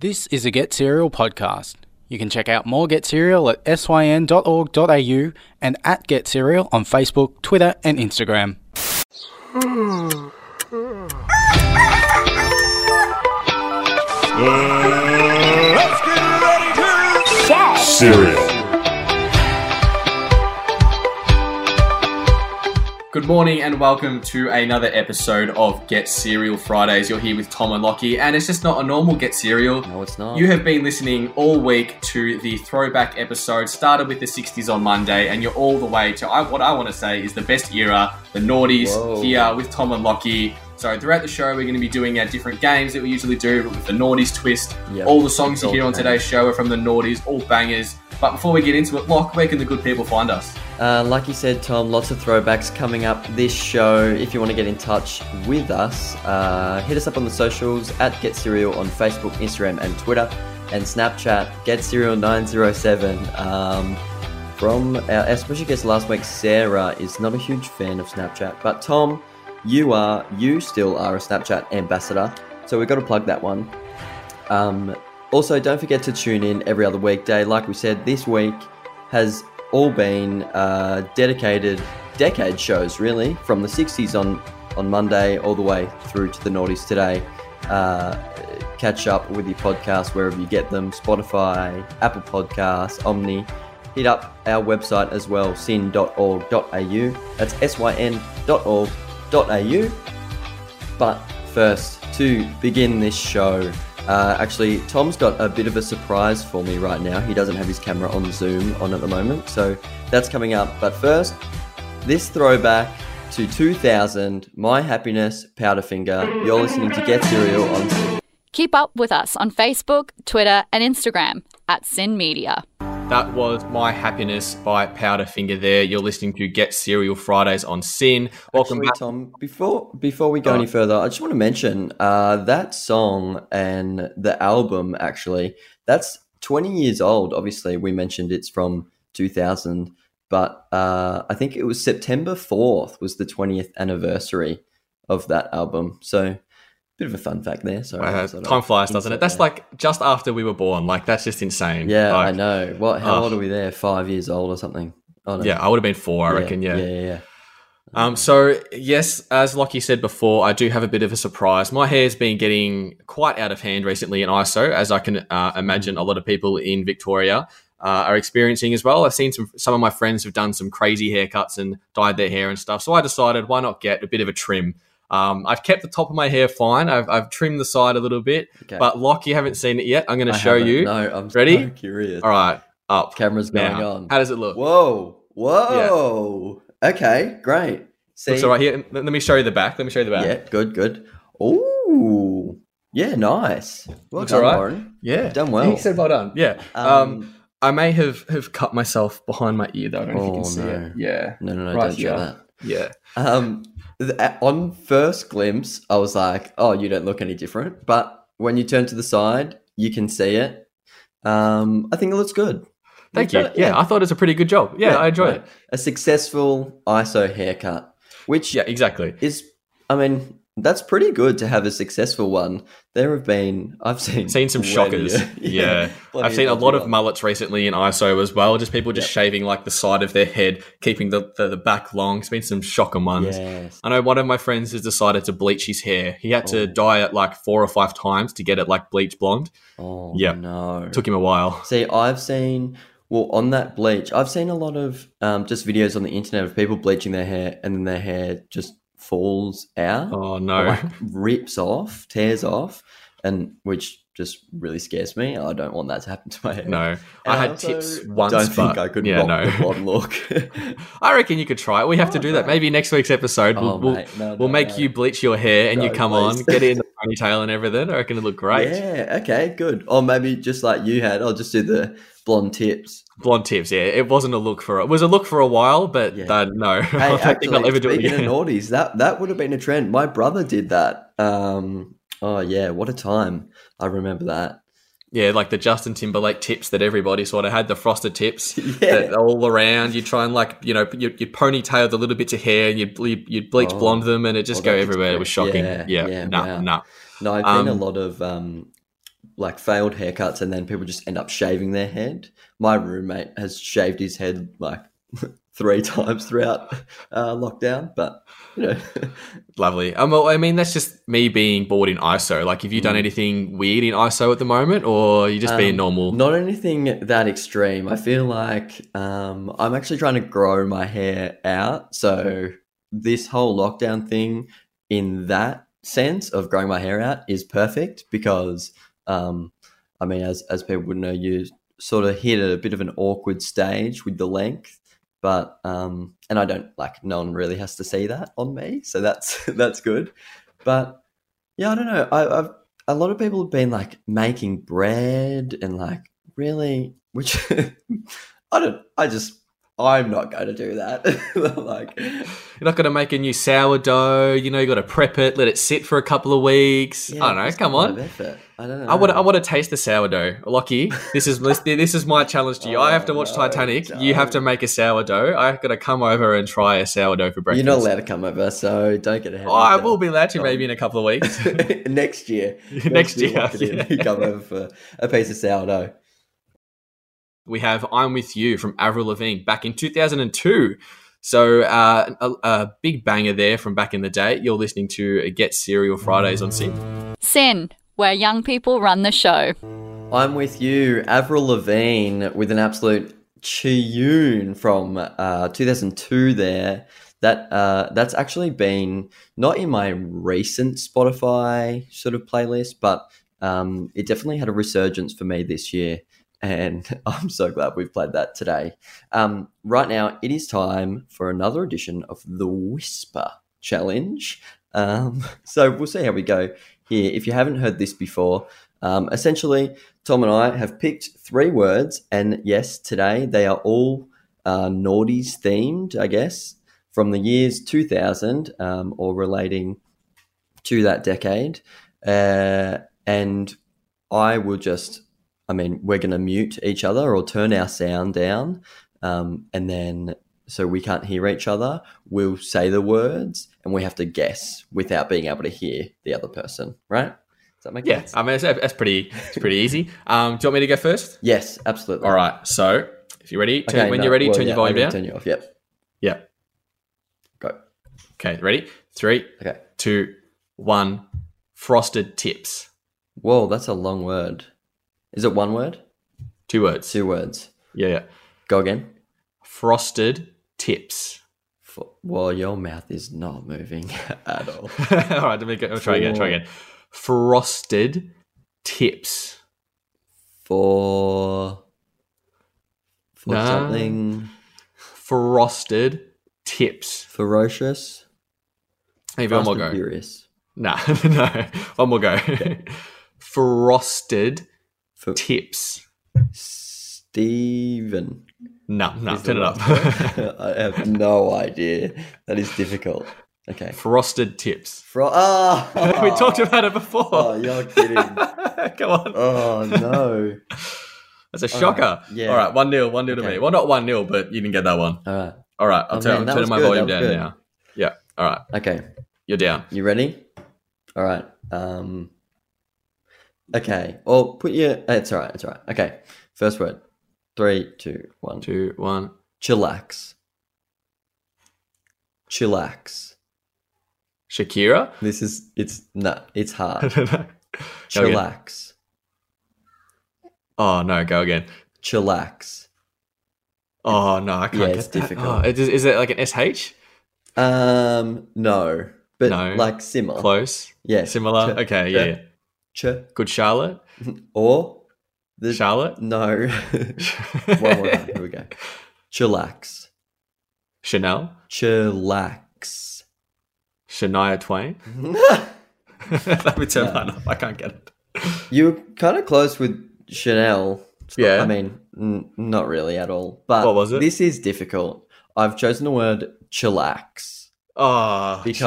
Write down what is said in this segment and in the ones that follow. This is a Get Serial podcast. You can check out more Get Serial at syn.org.au and at Get Serial on Facebook, Twitter, and Instagram. Let's get ready to cereal. Good morning and welcome to another episode of Get Serial Fridays. You're here with Tom and Lockie, and it's just not a normal Get Serial. No, it's not. You have been listening all week to the throwback episode, started with the 60s on Monday, and you're all the way to I, what I want to say is the best era, the noughties, Whoa. here with Tom and Lockie. So, throughout the show, we're going to be doing our different games that we usually do, but with the noughties twist. Yeah. All the songs you All hear on bangers. today's show are from the noughties, all bangers. But before we get into it, Lock, where can the good people find us? Uh, like you said, Tom, lots of throwbacks coming up this show. If you want to get in touch with us, uh, hit us up on the socials at Get Serial on Facebook, Instagram, and Twitter, and Snapchat Get Serial nine zero seven. Um, from our our special guest last week, Sarah is not a huge fan of Snapchat, but Tom, you are. You still are a Snapchat ambassador, so we've got to plug that one. Um, also, don't forget to tune in every other weekday. Like we said, this week has all been uh, dedicated decade shows, really, from the 60s on, on Monday all the way through to the noughties today. Uh, catch up with your podcast wherever you get them Spotify, Apple Podcasts, Omni. Hit up our website as well, sin.org.au. That's syn.org.au. But first, to begin this show, uh, actually, Tom's got a bit of a surprise for me right now. He doesn't have his camera on Zoom on at the moment, so that's coming up. But first, this throwback to 2000, My Happiness, Powderfinger. You're listening to Get Serial on. Keep up with us on Facebook, Twitter, and Instagram at Sin Media. That was My Happiness by Powderfinger there. You're listening to Get Serial Fridays on Sin. Welcome Actually, back. Tom. Before before we go any further, I just want to mention uh, that song and the album. Actually, that's twenty years old. Obviously, we mentioned it's from two thousand, but uh, I think it was September fourth was the twentieth anniversary of that album. So, bit of a fun fact there. So, Uh, time flies, doesn't it? That's like just after we were born. Like, that's just insane. yeah, I Like, know. What? How Ugh. old are we there? Five years old or something? Oh, no. Yeah, I would have been four, I reckon. Yeah. yeah, yeah. yeah. Um, so, yes, as Lockie said before, I do have a bit of a surprise. My hair's been getting quite out of hand recently in ISO, as I can uh, imagine a lot of people in Victoria uh, are experiencing as well. I've seen some some of my friends have done some crazy haircuts and dyed their hair and stuff. So I decided, why not get a bit of a trim? Um, I've kept the top of my hair fine. I've, I've trimmed the side a little bit, Okay. but Lockie, you haven't seen it yet. I'm going I to show haven't. you. No, I'm Ready? so curious. All right, up Camera's going now. on. How does it look? Whoa, whoa. Okay, great. See, Looks all right here. Let let me show you the back. Let me show you the back. yeah, good, good. Ooh, yeah, nice. Well Looks done, all right. Lauren. Yeah, Done well. He said well done. Yeah. Um, I may have have cut myself behind my ear though. I don't know if you Oh, can see no. it. Yeah, no, no, no, right don't here. show that. yeah. Um, th- at- on first glimpse, I was like, "Oh, you don't look any different." But when you turn to the side, you can see it. Um, I think it looks good. Thank You've you. done it, yeah. I thought it was a pretty good job. Yeah, I enjoyed right. A successful ISO haircut, which it. Yeah, exactly. is I mean, that's pretty good to have a successful one. There have been I've seen Seen some plenty- shockers. Yeah. plenty I've seen a lot of dodgy ones. mullets recently in ISO as well. Just people just shaving like the side of their head, keeping the the, the back long. It's been some shocking ones. Yes. I know one of my friends has decided to bleach his hair. He had to Oh. dye it like four or five times to get it like bleach blonde. Oh Yeah. no. Took him a while. See, I've seen well on that bleach. I've seen a lot of um, just videos on the internet of people bleaching their hair and then their hair just falls out, Oh or, no. like rips off, tears off, and which just really scares me. I don't want that to happen to my hair. No, And I had also tips once. Don't think but- I could yeah, rock no. the blonde look. I reckon you could try it. We have to do that. Maybe next week's episode, we'll, Oh, we'll, mate, no, we'll no, make no. you bleach your hair and you No, come please. on, get it in the ponytail and everything. I reckon it'll look great. Yeah, okay, good. Or maybe just like you had, I'll just do the blonde tips. Blonde tips. Yeah, it wasn't a look for it. was a look for a while, but Yeah. uh, no, I don't think I'll ever do it speaking of again. noughties, that, that would have been a trend. My brother did that. Um, oh, yeah, what a time. I remember that. Yeah, like the Justin Timberlake tips that everybody sort of had, the frosted tips Yeah. that all around. You try and like, you know, you, you ponytail the little bits of hair and you you, you bleach Oh. blonde them and it just Oh, go that's everywhere. It great. was shocking. Yeah, Yeah, yeah, nah, wow. nah. No, I've seen a Um, lot of um, like failed haircuts and then people just end up shaving their head. My roommate has shaved his head like three times throughout uh, lockdown, but you know. Lovely. Um, well, I mean, that's just me being bored in ISO. Like, have you done anything weird in ISO at the moment, or you just Mm. Um, being normal? Not anything that extreme. I feel like um, I'm actually trying to grow my hair out. So this whole lockdown thing, in that sense of growing my hair out, is perfect because, um, I mean, as as people would know, you sort of hit a bit of an awkward stage with the length. But um, and I don't like no one really has to see that on me, so that's that's good. But yeah, I don't know. I, I've a lot of people have been like making bread and like really which i don't i just i'm not going to do that like You're not going to make a new sourdough. You know, you got to prep it, let it sit for a couple of weeks. I don't know. just Come a lot of on. effort. i don't know I want. I want to taste the sourdough, Lockie. This is this, this is my challenge to you. I have to watch Oh, no, Titanic. You have to don't. make a sourdough. I've got to come over and try a sourdough for breakfast. you're not allowed to come over so don't get ahead Oh, I will be allowed to maybe in a couple of weeks. next year Next year, lock it in. yeah. You come over for a piece of sourdough we have I'm With You from Avril Lavigne back in 2002. So, uh, a, a big banger there from back in the day. You're listening to Get Serial Fridays on Sync. Sin, where young people run the show. I'm with you, Avril Lavigne, with an absolute tune from uh, 2002. There, that uh, that's actually been not in my recent Spotify sort of playlist, but um, it definitely had a resurgence for me this year, and I'm so glad we've played that today. Um, right now, it is time for another edition of the Whisper Challenge. Um, so we'll see how we go here. If you haven't heard this before, um, essentially, Tom and I have picked three words, and yes, today they are all uh, naughties themed, I guess, from the years 2000 um, or relating to that decade. Uh, and I will just, I mean, we're going to mute each other or turn our sound down, um, and then so we can't hear each other. We'll say the words, and we have to guess without being able to hear the other person, right? Does that make Yeah, sense? I mean, it's, that's pretty it's pretty easy. Um, do you want me to go first? Yes, absolutely. All right. So, if you're ready, turn, Okay, when no, you're ready, well, turn yeah, your volume maybe down. Turn you off. Yep. yeah. Go. Okay, ready? Three, Okay. two, one. Frosted tips. Whoa, that's a long word. Is it one word? Two words. Two words. Yeah, yeah. Go again. Frosted tips. F- Well, your mouth is not moving at all. All right, let me go. I'll try again. Try again. Frosted tips. For for No. something frosted tips. ferocious. Maybe one more fast and go. Furious. Nah, no, one more go. frosted For tips. Steven. No, no, is the turn it up. last word. I have no idea. That is difficult. Okay. frosted tips. Fro- Ah. we talked about it before. Oh, you're kidding. Come on, Oh no. that's a shocker. yeah. All right, one nil, one nil to Okay. me. Well, not one nil, but you didn't get that one. All right. All right, I'll Oh, turn, man, that I'm turning was my good, volume that down was good. now. Yeah. All right, Okay. you're down. You ready? All right. Um. Okay. Well, put your. eh, It's all right. It's all right. Okay. First word. Three, two, one. Two, one. Chillax. Chillax. Shakira. This is. It's no. It's hard. Go again. Chillax. Oh no, go again. Chillax. Oh no, I can't Yeah, get it's that. difficult. Oh, it is, is it like an sh? Um. No. But No. like similar. Close. Yeah. Similar. Ch- okay, yeah. yeah. yeah. Ch- Good Charlotte. or the Charlotte. no. One more time. Here we go. Chillax. Chanel. Chillax. Shania Twain. Let me turn mine off. I can't get it. You were kind of close with Chanel. It's not- Yeah. I mean, n- not really at all. But What was it? This is difficult. I've chosen the word chillax Oh, because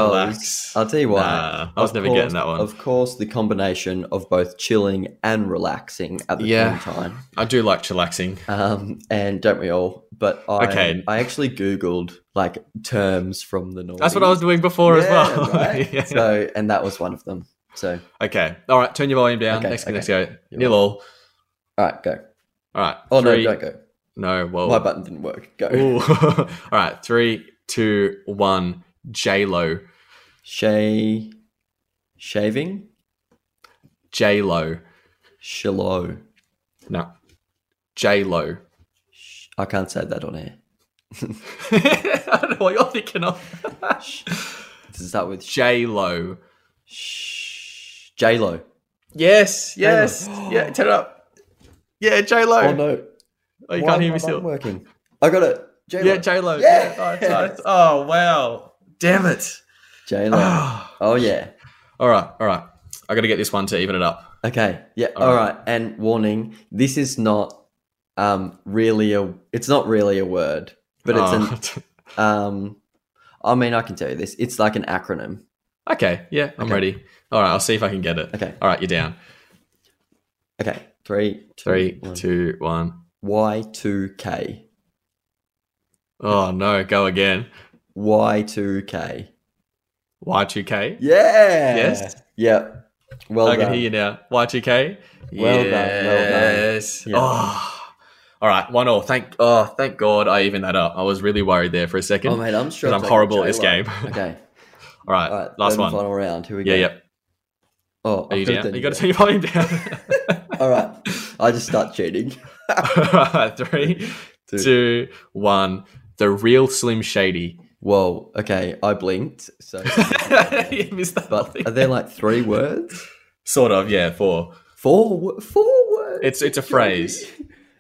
chillax. I'll tell you why. Nah, I was Of never getting course- that one. Of course, the combination of both chilling and relaxing at the Yeah. same time. I do like chillaxing. Um, and don't we all? But I, Okay. I actually googled like terms from the North. That's what I was doing before as well. Right? Yeah. So, and that was one of them. So, Okay. All right. Turn your volume down. Okay, next, okay. next go. You're Nil right. all. all right, go. All right. Oh Three- no, don't go. No. Well. My button didn't work. Go. Oh. Ooh. all right. Three, two, one. J Lo. Shay, shaving, J Lo. shallow. No. J Lo. Sh- I can't say that on air. I don't know what you're thinking of. Does it start with sh- J Lo. sh- J Lo? Yes. Yes. yeah. Turn it up. Yeah. J Lo. Oh no! Oh, you Why can't hear is my me button still. Working. I got it. J Lo. Yeah, J Lo. Yeah. Oh wow. Damn it. J Lo. Ah. oh yeah. all right. All right. I got to get this one to even it up. Okay. Yeah. All all right. right. And warning: this is not um really a. It's not really a word, but it's an Uh, Ah. um. I mean, I can tell you this. It's like an acronym. an. okay. Yeah. I'm Okay. ready. All right. I'll see if I can get it. Okay. All right. You're down. Okay. Three, two, Three, one. two, one. Y two K. Oh no. Go again. Y two K. Y2K. Yeah. Yes? Yep. Well I done. can hear you now. Y2K. Well done, well done. Yes. Yeah. Oh. All right. One all. Thank. Oh, thank God I evened that up. I was really worried there for a second. Oh mate, I'm sure 'Cause it's I'm like horrible at this J-Lo. game. okay. all right. All right. Last third and one. Final round. Here we go. Yeah. Yep. Oh, Are you I've got it down? then. You got to turn your volume down. All right. I just start cheating. Three, Two. two, one. The real Slim Shady. Whoa. Okay. I blinked. So, you missed that whole but thing. are there like three words? Sort of, yeah. Four. Four. wo- Four words. It's it's a phrase.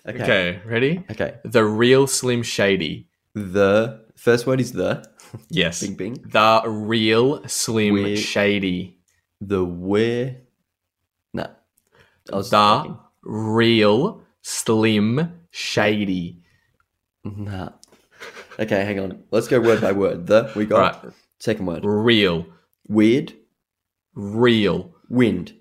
okay. okay. Okay, ready? The real Slim Shady. The first word is the. Yes. Bing bing. The real Slim We- Shady. The where. No. I was The real Slim Shady. Nah. Okay, hang on. Let's go word by word. The we got Right. second word. Real. Weird Real. wind.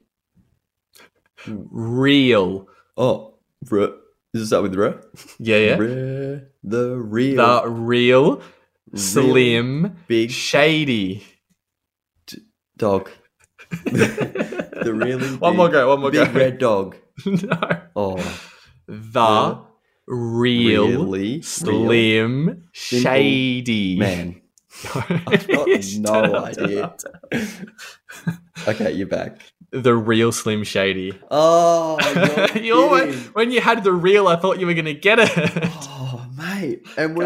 Real. Oh, r. Does it start with r? Yeah, yeah. R. The real The real Slim big Shady. dog. the really One big- more go, one more big go. red dog. no. Oh, The real really real Slim Simple Shady. man. I've got no idea. Okay, you're back. The real Slim Shady. Oh, you're you always, kidding. when you had the real, I thought you were going to get it. Oh, mate, and we.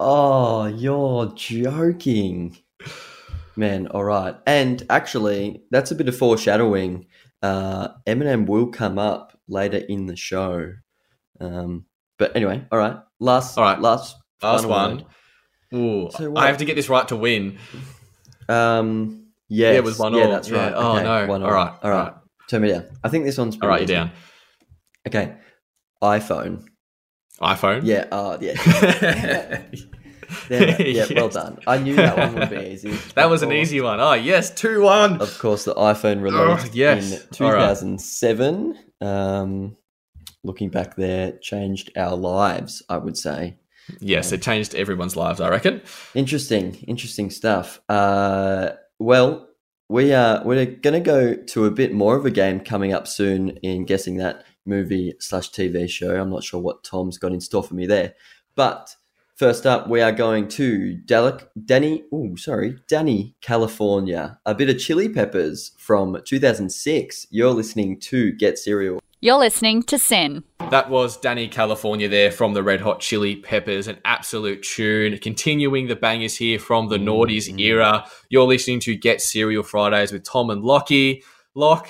Oh, you're joking. Man, all right. And actually, that's a bit of foreshadowing. Uh, Eminem will come up later in the show. Um, but anyway, all right. Last, All right. last, Last final one. word. Ooh, So what- I have to get this right to win. Um, yes, Yeah, it was one yeah, all. that's Yeah. right. Oh, Okay, no. one All right, all all right. right. Turn me down. I think this one's. All right, you're pretty down. easy. Okay, iPhone. iPhone. Yeah. Uh, yeah. yeah. yeah, Well Yes. done. I knew that one would be easy. That Of was an course. easy one. Oh yes, two one. of course, the iPhone released Ugh, yes. in All right. 2007. Um, looking back there, changed our lives, I would say. Yes, it changed everyone's lives. I reckon. Interesting, interesting stuff. Uh, well, we are we're going to go to a bit more of a game coming up soon in guessing that movie slash TV show. I'm not sure what Tom's got in store for me there, but first up, we are going to Delic- Danny. Oh, sorry, Danny, California. A bit of Chili Peppers from 2006. You're listening to Get Serial. You're listening to Sin. That was Danny California there from the Red Hot Chili Peppers, an absolute tune. Continuing the bangers here from Mm-hmm. the Naughties era. You're listening to Get Serial Fridays with Tom and Lockie. Lock,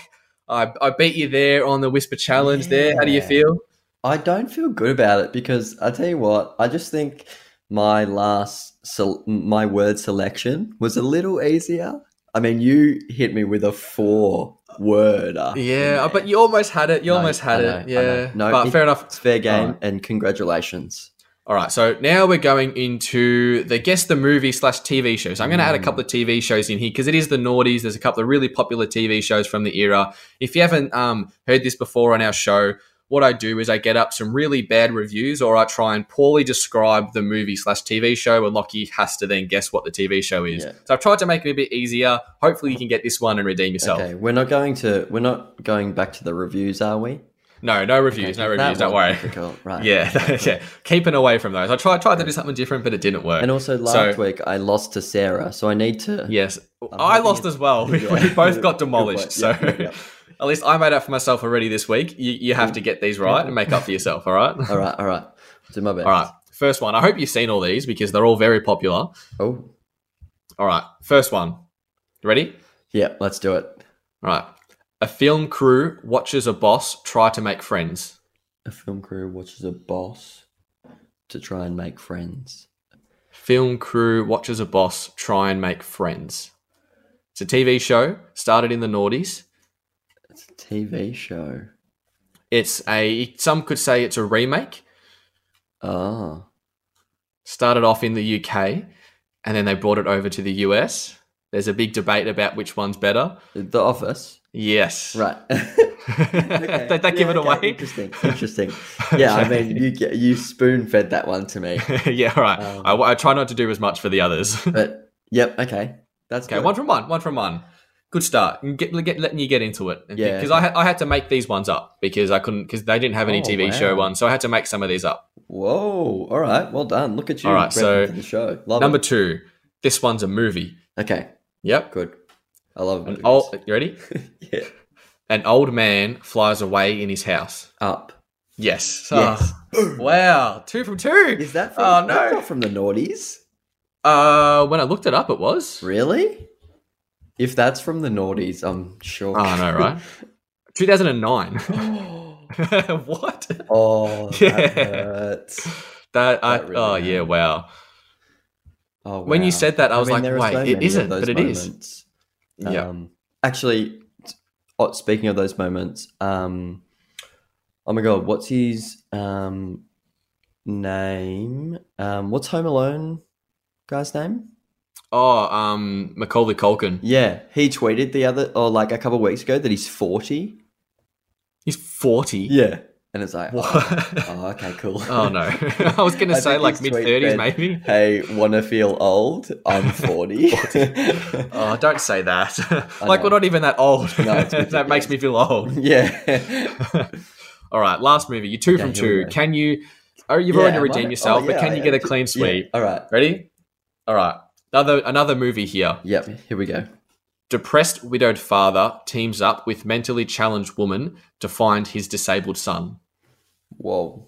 I, I beat you there on the Whisper Challenge. There, how do you Yeah. feel? I don't feel good about it because I tell you what, I just think my last sel- my word selection was a little easier. I mean, you hit me with a four worder. Yeah, but you almost had it. You No, almost had I know, it. I know. Yeah, No, but it- fair enough. it's fair game, Alright. and congratulations. All right, so now we're going into the guess the movie slash TV shows. I'm going to add a couple of TV shows in here because it is the noughties. There's a couple of really popular TV shows from the era. If you haven't um, heard this before on our show, what I do is I get up some really bad reviews or I try and poorly describe the movie slash TV show and Lockie has to then guess what the TV show is. Yeah. So I've tried to make it a bit easier. Hopefully you can get this one and redeem yourself. Okay, we're not going to we're not going back to the reviews, are we? No, no reviews, Okay, no that reviews, don't one worry. difficult, Right. Yeah, yeah. Keeping away from those. I tried tried to do something different, but it didn't work. And also So- last week I lost to Sarah, so I need to Yes. I hoping lost it's- as well. We, Yeah. we both got Good demolished. point. So Yeah, yeah, yeah. at least I made up for myself already this week. You, you have to get these right and make up for yourself, all right? All right, all right. Do my best. All right. First one. I hope you've seen all these because they're all very popular. Oh. All right. First one. Ready? Yeah, let's do it. All right. A film crew watches a boss try to make friends. A film crew watches a boss to try and make friends. Film crew watches a boss try and make friends. It's a TV show started in the noughties. It's a TV show. It's a some could say it's a remake. Oh. started off in the UK and then they brought it over to the US. There's a big debate about which one's better. The Office. Yes. Right. Did they give it Yeah, okay, away? Interesting. Interesting. Yeah, I Okay. mean, you get, you spoon fed that one to me. yeah, all right. Um, I, I try not to do as much for the others. But yep, okay, that's okay, good. one from one, one from one. Good start. And Get, get, letting you get into it. Yeah, Because I, had- I had to make these ones up because I couldn't, because they didn't have any Oh, TV show wow. ones. So I had to make some of these up. Whoa! All right, well done. Look at you. All right, so repping for the show. Love Number it. two, this one's a movie. Okay, Yep. good. I love An it. old, you ready? yeah. An old man flies away in his house. Up. Yes. Ah. Yes. Wow, two from two. Is that from, Oh that's no. not from the Naughties? Uh, when I looked it up, it was. Really? If that's from the Naughties, I'm sure. Oh, I know, right? 2009. what? oh, that Yeah. hurts. That, I, That really oh yeah, hurt. wow. Oh, When you wow. said that, I was like, there are wait, it many of isn't, those but it is. moments. Yeah. Um, actually, t- oh, speaking of those moments, um, oh my god, what's his um, name? Um, what's Home Alone guy's name? Oh, um, Macaulay Culkin. Yeah, he tweeted the other or like a couple of weeks ago that he's forty. He's 40. Yeah, and it's like, oh, What? oh, okay, cool. oh no, I was gonna I say think like his mid tweet 30s read, maybe. Hey, wanna feel old? I'm forty. Um, Oh, don't say that. like know. we're not even that old. No, it's that makes ridiculous. me feel old. yeah. All right, last movie. You two Okay, from here we two. go. Can you? Oh, you've Yeah, already am redeemed I? yourself, Oh, but yeah, can I you get a am. clean sweep? Yeah, all right. Ready? All right. Another another movie here. Yep. Here we go. Depressed widowed father teams up with mentally challenged woman to find his disabled son. Whoa.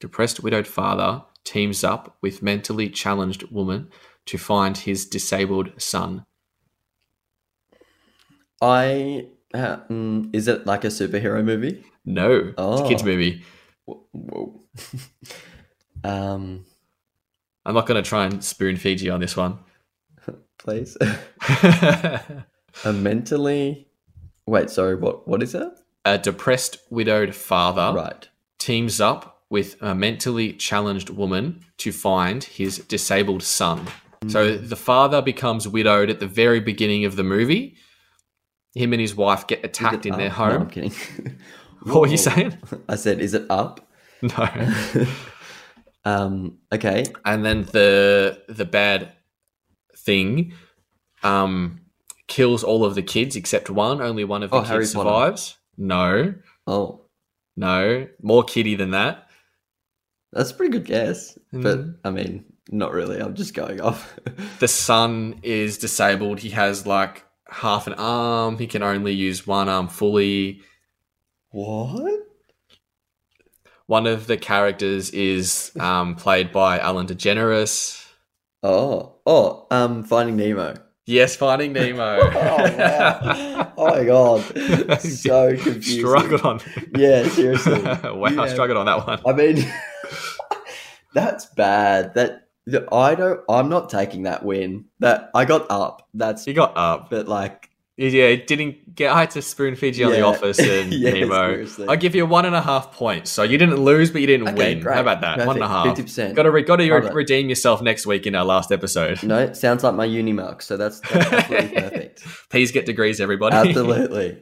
Depressed widowed father teams up with mentally challenged woman to find his disabled son. I uh, mm, is it like a superhero movie? No, it's a kids Oh. movie. Whoa. um, I'm not going to try and spoon feed you on this one. please. a mentally. Wait, sorry. What? What is it? a depressed widowed father Right. teams up with a mentally challenged woman to find his disabled son. So the father becomes widowed at the very beginning of the movie. Him and his wife get attacked in their Up? No, home. I'm kidding. what were you Whoa. saying? I said, is it up? No. Um. Okay. and then the the bad thing um kills all of the kids except one. Only one of the Oh, kids Harry Potter. survives. No. Oh, No. More kitty than that. that's a pretty good guess. But Mhm. I mean, not really. I'm just going off. the son is disabled. He has like half an arm. He can only use one arm fully. what? One of the characters is um, played by Alan DeGeneres. Oh. Oh. Um. Finding Nemo. Yes, Finding Nemo. Oh wow. oh my god. So confusing. struggled on. Yeah, seriously. wow, You have- struggled on that one. I mean, that's bad. That that- I don't. I'm not taking that win. That I got up. That's You got up. but like Yeah, it didn't get. I had to spoon feed you on the Yeah. office and Yeah, Nemo. seriously. I give you one and a half points. So you didn't lose, but you didn't Okay, win. great. How about that? One and a Perfect. half. 50%. Got to re- got to Love it. redeem yourself next week in our last episode. no, it sounds like my uni mark. So that's, that's absolutely perfect. Please get degrees, everybody. Absolutely.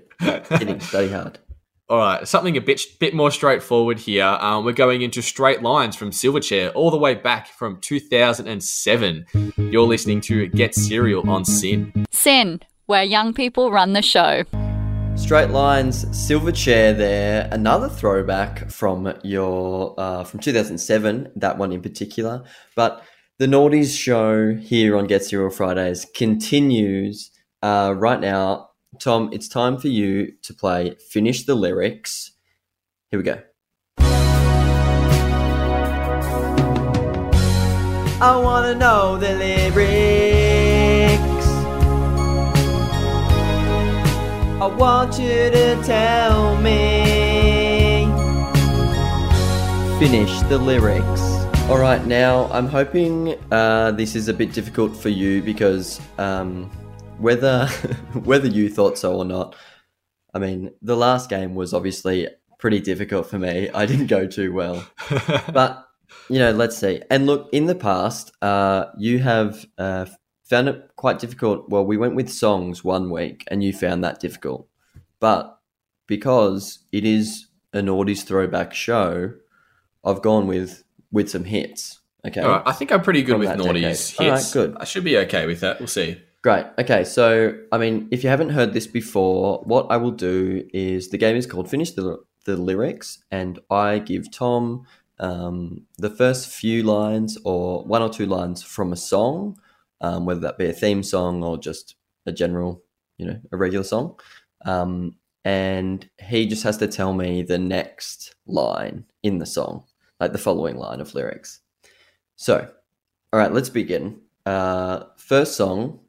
Kidding. Study hard. All right, something a bit bit more straightforward here. Um, we're going into straight lines from Silverchair all the way back from 2007. You're listening to Get Serial on Sin. Sin, where young people run the show. Straight lines, Silverchair. There, another throwback from your uh, from 2007. That one in particular, but the Naughties show here on Get Serial Fridays continues uh, right now. Tom, it's time for you to play Finish the Lyrics. Here we go. I want to know the lyrics. I want you to tell me. Finish the lyrics. All right, now I'm hoping uh, this is a bit difficult for you because. Um, whether whether you thought so or not i mean the last game was obviously pretty difficult for me i didn't go too well but you know let's see and look in the past uh, you have uh, found it quite difficult well we went with songs one week and you found that difficult but because it is an audi's throwback show i've gone with with some hits okay All right, i think i'm pretty good From with that naughty's hits decade. All right, good. i should be okay with that we'll see Great. Okay. So, I mean, if you haven't heard this before, what I will do is the game is called Finish the, the Lyrics, and I give Tom um, the first few lines or one or two lines from a song, um, whether that be a theme song or just a general, you know, a regular song. Um, and he just has to tell me the next line in the song, like the following line of lyrics. So, all right, let's begin. Uh, first song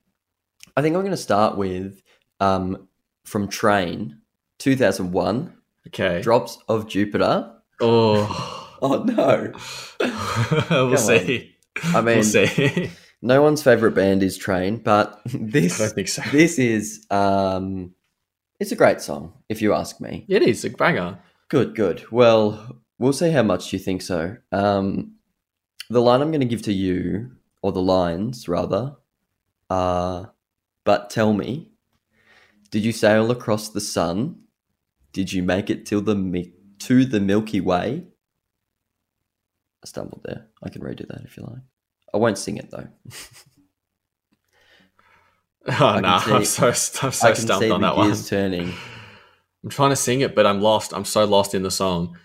I think I'm going to start with um, from Train 2001 okay Drops of Jupiter. oh Oh no. we'll Come see I mean we'll see no one's favorite band is Train, but i don't this think so this is um it's a great song if you ask me. it is a banger Good, good. Well, we'll see how much you think so. Um the line I'm going to give to you or the lines rather are but tell me Did you sail across the sun? Did you make it till the mi- to the Milky Way? I stumbled there. I can redo that if you like. I won't sing it though. oh no can nah, i'm see- so, I'm so I can stumped see on the that one gears turning. i'm trying to sing it but i'm lost i'm so lost in the song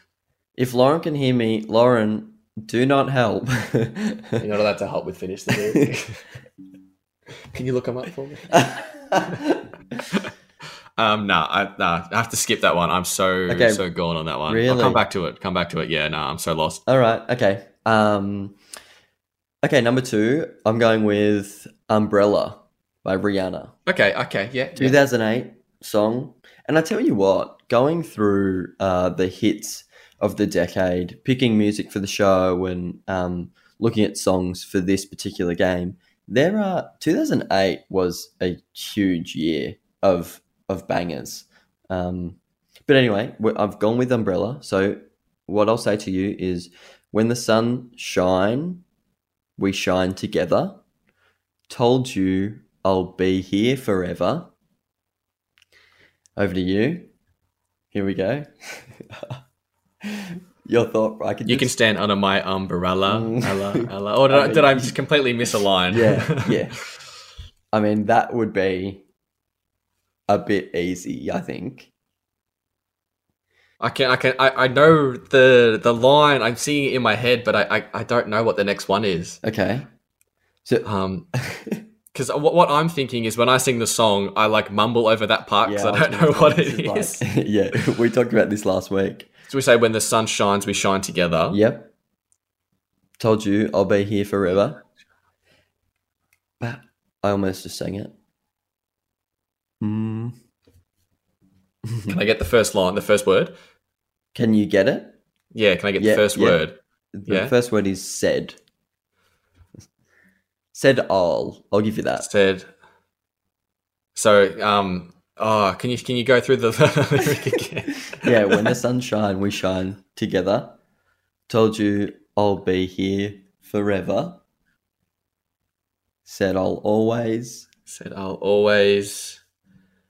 If Lauren can hear me, Lauren, do not help. You're not allowed to help with finish the lyric. Can you look them up for me? um, nah, I, nah, I have to skip that one. I'm so Okay. so gone on that one. I'll Really? come back to it. Come back to it. Yeah, nah, I'm so lost. All right. Okay. Um, okay. Number two, I'm going with Umbrella by Rihanna. Okay, okay, yeah. yeah. 2008 song. And I tell you what, going through uh, the hits of the decade, picking music for the show and um, looking at songs for this particular game, there are 2008 was a huge year of of bangers. Um, but anyway, we- I've gone with Umbrella. So what I'll say to you is, when the sun shine, we shine together. Told you I'll be here forever. Over to you. Here we go. Your thought, I can You can just- stand under my umbrella. Mm. Ella, Ella. Or did I, Okay. did I just completely miss a line? yeah, yeah. I mean, that would be a bit easy, I think. I can, I can, I, I know the the line. I'm seeing it in my head, but I, I, I don't know what the next one is. Okay. So Um, because what, what I'm thinking is when I sing the song, I like mumble over that part because was I don't gonna know say, what this it is. like- yeah, we talked about this last week. so we say when the sun shines, we shine together. Yep. Told you I'll be here forever. But I almost just sang it. Mm. Can I get the first line, the first word? Can you get it? Yeah. Can I get Yeah, the first yeah. word? The Yeah. first word is said. Said I'll. I'll give you that. Said. So, um, oh, can you can you go through the lyric again? yeah, when the sun shine, we shine together. Told you I'll be here forever. Said I'll always. Said I'll always.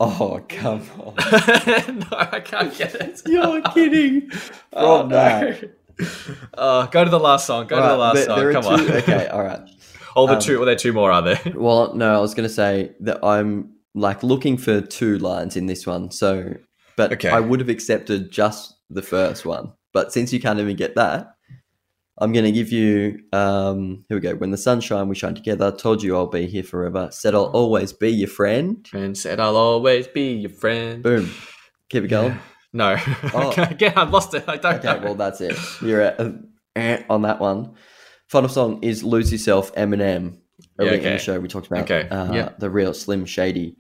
Oh, come on. no, I can't get it. You're kidding. Oh, From no. that. Uh, go to the last song. Go to the Right, last there- song. there are Come two- on. Okay, all right. Oh, the um, two. Well, there are two more, are there? Well, no, I was going to say that I'm like looking for two lines in this one. So, but Okay. I would have accepted just the first one. But since you can't even get that, I'm going to give you, um, here we go. When the sun shine, we shine together. Told you I'll be here forever. Said I'll always be your friend. And said, I'll always be your friend. Boom. Keep it going. No. Oh. okay, yeah, I've lost it. I don't Okay, know. well, that's it. You're at, uh, eh, on that one. Final song is Lose Yourself, Eminem. Yeah, Earlier in okay. the show, we talked about Okay, uh, yeah. the real Slim Shady.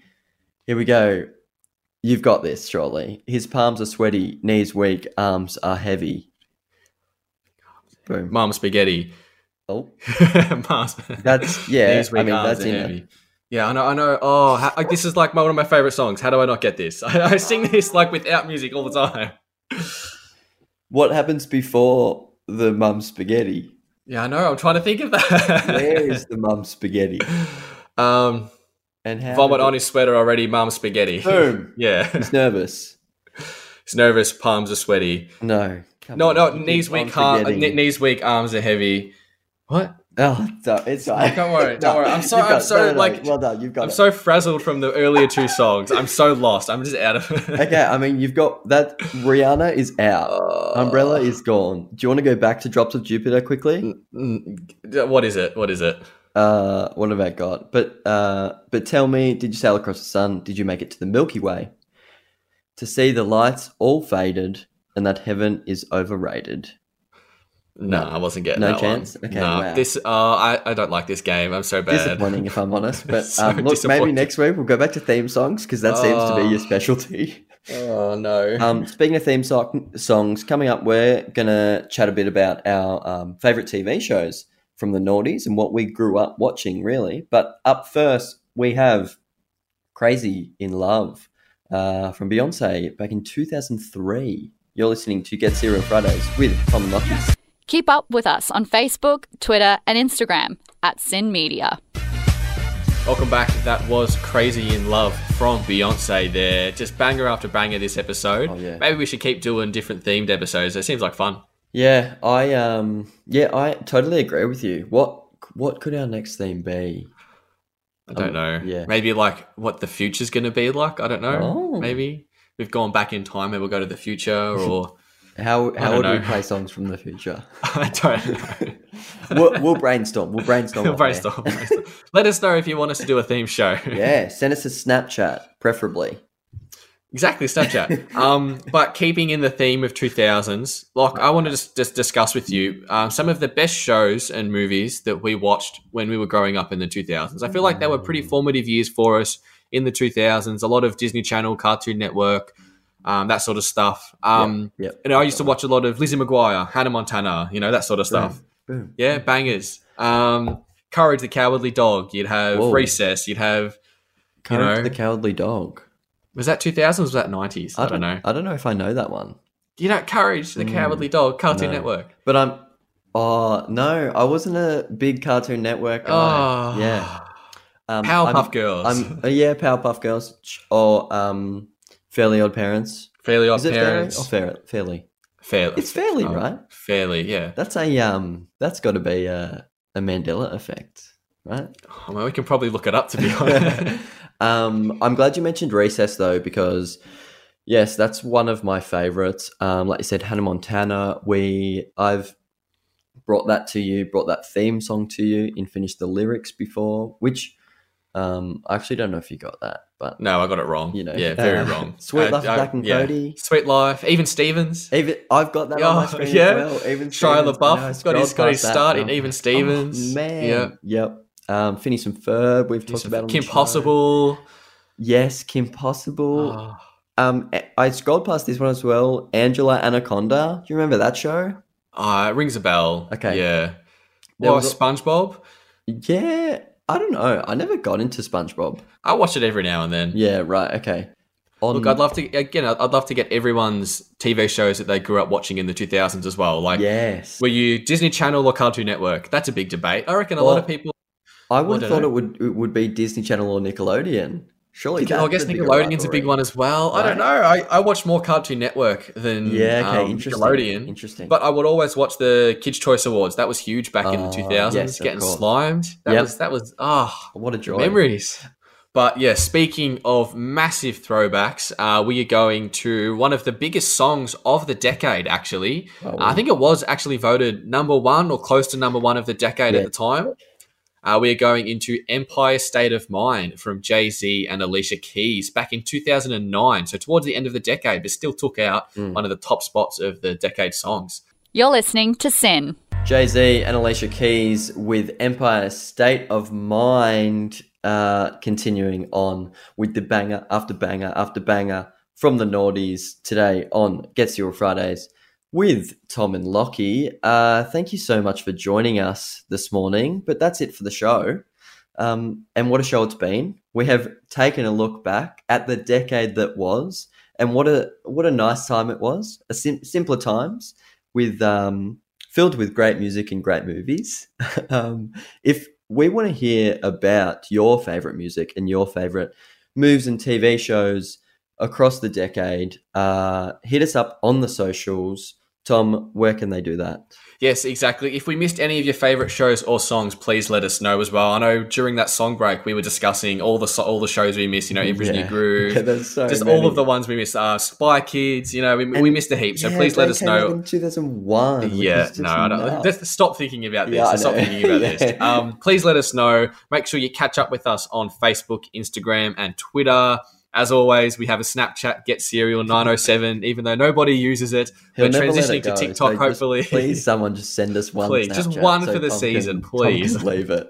Here we go. You've got this, surely. His palms are sweaty, knees weak, arms are heavy. Boom. Mom spaghetti. Oh, Mom that's, yeah, These I weak mean, arms that's are in it. heavy. Yeah, I know, I know. Oh, how, like, this is like my, one of my favorite songs. How do I not get this? I, I sing this like without music all the time. What happens before the mum spaghetti? Yeah, I know. I'm trying to think of that. Where is the mum spaghetti? um, And how vomit did on it- his sweater already, mom spaghetti. Boom. yeah. He's nervous. He's nervous, palms are sweaty. No. come No, on, no, you keep knees on weak, arm, forgetting. kn- knees weak, arms are heavy. What? Oh, don't, it's fine. Don't worry, don't No, worry. I'm sorry, you've got I'm it. sorry, No, no, no, like- well done. You've got I'm it. so frazzled from the earlier two songs. I'm so lost. I'm just out of Okay, I mean, you've got that. Rihanna is out. Oh. Umbrella is gone. Do you want to go back to Drops of Jupiter quickly? Mm, What is it? What is it? Uh, what have I got? But uh, but tell me, did you sail across the sun? Did you make it to the Milky Way? To see the lights all faded and that heaven is overrated. No, I wasn't getting No that one. chance? Okay, no, wow. this. Uh, I I don't like this game. I'm so bad. Disappointing, if I'm honest. But So um, look, maybe disappointing. next week we'll go back to theme songs because that seems to be Oh. your specialty. Oh no. um, speaking of theme so- songs, coming up, we're going to chat a bit about our um, favorite TV shows from the noughties and what we grew up watching, really. But up first, we have Crazy in Love uh, from Beyonce back in 2003. You're listening to Get Zero Fridays with Tom and Lockie. Keep up with us on Facebook, Twitter, and Instagram at Sin Media. Welcome back. That was Crazy in Love from Beyonce there. Just banger after banger this episode. Oh, yeah. Maybe we should keep doing different themed episodes. It seems like fun. Yeah, I um, yeah, I totally agree with you. What what could our next theme be? I don't know. Um, yeah. Maybe like what the future's going to be like. I don't know. Oh. Maybe we've gone back in time. Maybe we'll go to the future or How don't how would we know. play songs from the future? I don't know. we'll, we'll brainstorm. We'll brainstorm. off air. Brainstorm, brainstorm. Let us know if you want us to do a theme show. Yeah, send us a Snapchat, preferably. Exactly, Snapchat. um, but keeping in the theme of 2000s, like I want to just, just discuss with you um, some of the best shows and movies that we watched when we were growing up in the 2000s. I feel like they were Mm. pretty formative years for us in the 2000s. A lot of Disney Channel, Cartoon Network, um, that sort of stuff. Um, Yep, yep. You know, I used to watch a lot of Lizzie McGuire, Hannah Montana, you know, that sort of stuff. Boom. Yeah, bangers. Um, Courage the Cowardly Dog. You'd have Whoa. Recess. You'd have, Courage know. the Cowardly Dog. was that 2000s or was that 90s? I don't know. I don't know if I know that one. You know, Courage, the Cowardly Dog, Cartoon Hmm. no. Network. But I'm. Oh, no, I wasn't a big Cartoon Network guy. Oh, Yeah. Um, Powerpuff I'm- Girls. I'm, uh, yeah, Powerpuff Girls. ch- Or um, Fairly Odd Parents. Fairly Odd Is it Parents. Fairly? Or fair, fairly? Fairly. It's Fairly, um, right? Fairly, yeah. That's a um. That's got to be a, a Mandela effect, right? I mean, Oh, we can probably look it up, to be honest. um, I'm glad you mentioned Recess though, because yes, that's one of my favorites. Um, like you said, Hannah Montana. We I've brought that to you, brought that theme song to you, and finished the lyrics before, which um, I actually don't know if you got that, but no, I got it wrong. You know, yeah, very uh, wrong. Sweet Life of Black and yeah. Cody. Sweet Life. Even Stevens. even I've got that on my Yeah, screen Oh, yeah. as well. Even Shia Stevens, I know, I LaBeouf got his, scrolled got his past that start and in I'm- Even Stevens. Oh, man, Yeah. yep. Um, Phineas and Ferb, we've talked about on the Kim show. Possible. Yes, Kim Possible. Oh, Um, I scrolled past this one as well. Angela Anaconda. Do you remember that show? uh, it rings a bell. Okay. Yeah. There Well, was a- SpongeBob. Yeah, I don't know. I never got into SpongeBob. I watch it every now and then. Yeah, right. Okay. On, Look, I'd love to again. I'd I'd love to get everyone's TV shows that they grew up watching in the 2000s as well. Like, yes. were you Disney Channel or Cartoon Network? That's a big debate. I reckon a lot Well- of people. I would have I don't thought it would it would be Disney Channel or Nickelodeon. Surely I guess that's the bigger Nickelodeon's a rivalry. big one as well. I Right. don't know. I, I watch more Cartoon Network than Yeah, okay, um, interesting. Nickelodeon. Interesting. But I would always watch the Kids Choice Awards. That was huge back in the Oh, 2000s. yes, of getting course. slimed. That Yep. was that was ah What a joy. memories. But yeah, speaking of massive throwbacks, uh, we are going to one of the biggest songs of the decade. Actually, Uh, Oh, I think it was actually voted number one or close to number one of the decade Yeah. at the time. Uh, we are going into Empire State of Mind from Jay Z and Alicia Keys back in 2009. So, towards the end of the decade, but still took out Mm. one of the top spots of the decade songs. You're listening to Sin. Jay Z and Alicia Keys with Empire State of Mind. Uh, continuing on with the banger after banger after banger from the Naughties today on Gets Your Fridays with Tom and Lockie. Uh, thank you so much for joining us this morning, but that's it for the show. Um, and what a show it's been. We have taken a look back at the decade that was, and what a what a nice time it was. A sim- simpler times with um, filled with great music and great movies. um, if we want to hear about your favorite music and your favorite moves and TV shows across the decade, uh, hit us up on the socials. Tom, where can they do that? Yes, exactly. If we missed any of your favorite shows or songs, please let us know as well. I know during that song break, we were discussing all the so- all the shows we missed. You know, Emperor's Yeah. New Groove, Yeah, there's so just many. all of the ones we missed. Uh, Spy Kids. You know, we, we And- missed a heap. So Yeah, please let they us came out know. In 2001. which Yeah, is just no, I don't, nuts. let's stop thinking about this. Yeah, I Let's stop know. thinking about this. Yeah. Um, please let us know. Make sure you catch up with us on Facebook, Instagram, and Twitter. As always, we have a Snapchat, Get Serial 907, even though nobody uses it. He'll we're never let transitioning it to go, TikTok, just hopefully. please, someone just send us one. Please, just Snapchat one for the Tom season, can- Tom please. can leave it.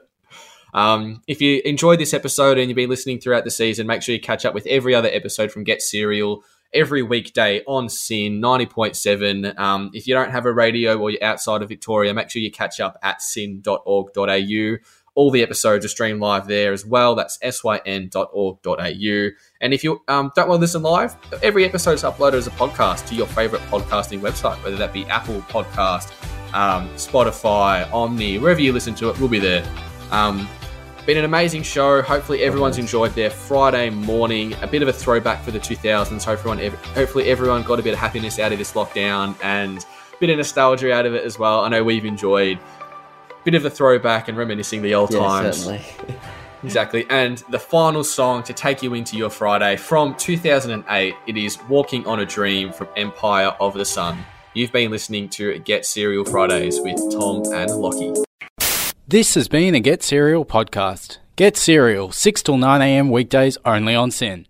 Um, if you enjoyed this episode and you've been listening throughout the season, make sure you catch up with every other episode from Get Serial every weekday on Sin 90.7. Um, if you don't have a radio or you're outside of Victoria, make sure you catch up at sin.org.au. All the episodes are streamed live there as well. That's syn.org.au. And if you um, don't want to listen live, every episode is uploaded as a podcast to your favorite podcasting website, whether that be Apple Podcast, um, Spotify, Omni, wherever you listen to it, we'll be there. Um, been an amazing show. Hopefully, everyone's enjoyed their Friday morning. A bit of a throwback for the 2000s. Hopefully, everyone, hopefully everyone got a bit of happiness out of this lockdown and a bit of nostalgia out of it as well. I know we've enjoyed a bit of a throwback and reminiscing the old Yeah, times. certainly. Exactly. And the final song to take you into your Friday from 2008, it is Walking on a Dream from Empire of the Sun. You've been listening to Get Serial Fridays with Tom and Lockie. This has been a Get Serial podcast. Get Serial, 6 till 9 a.m. weekdays only on Sin.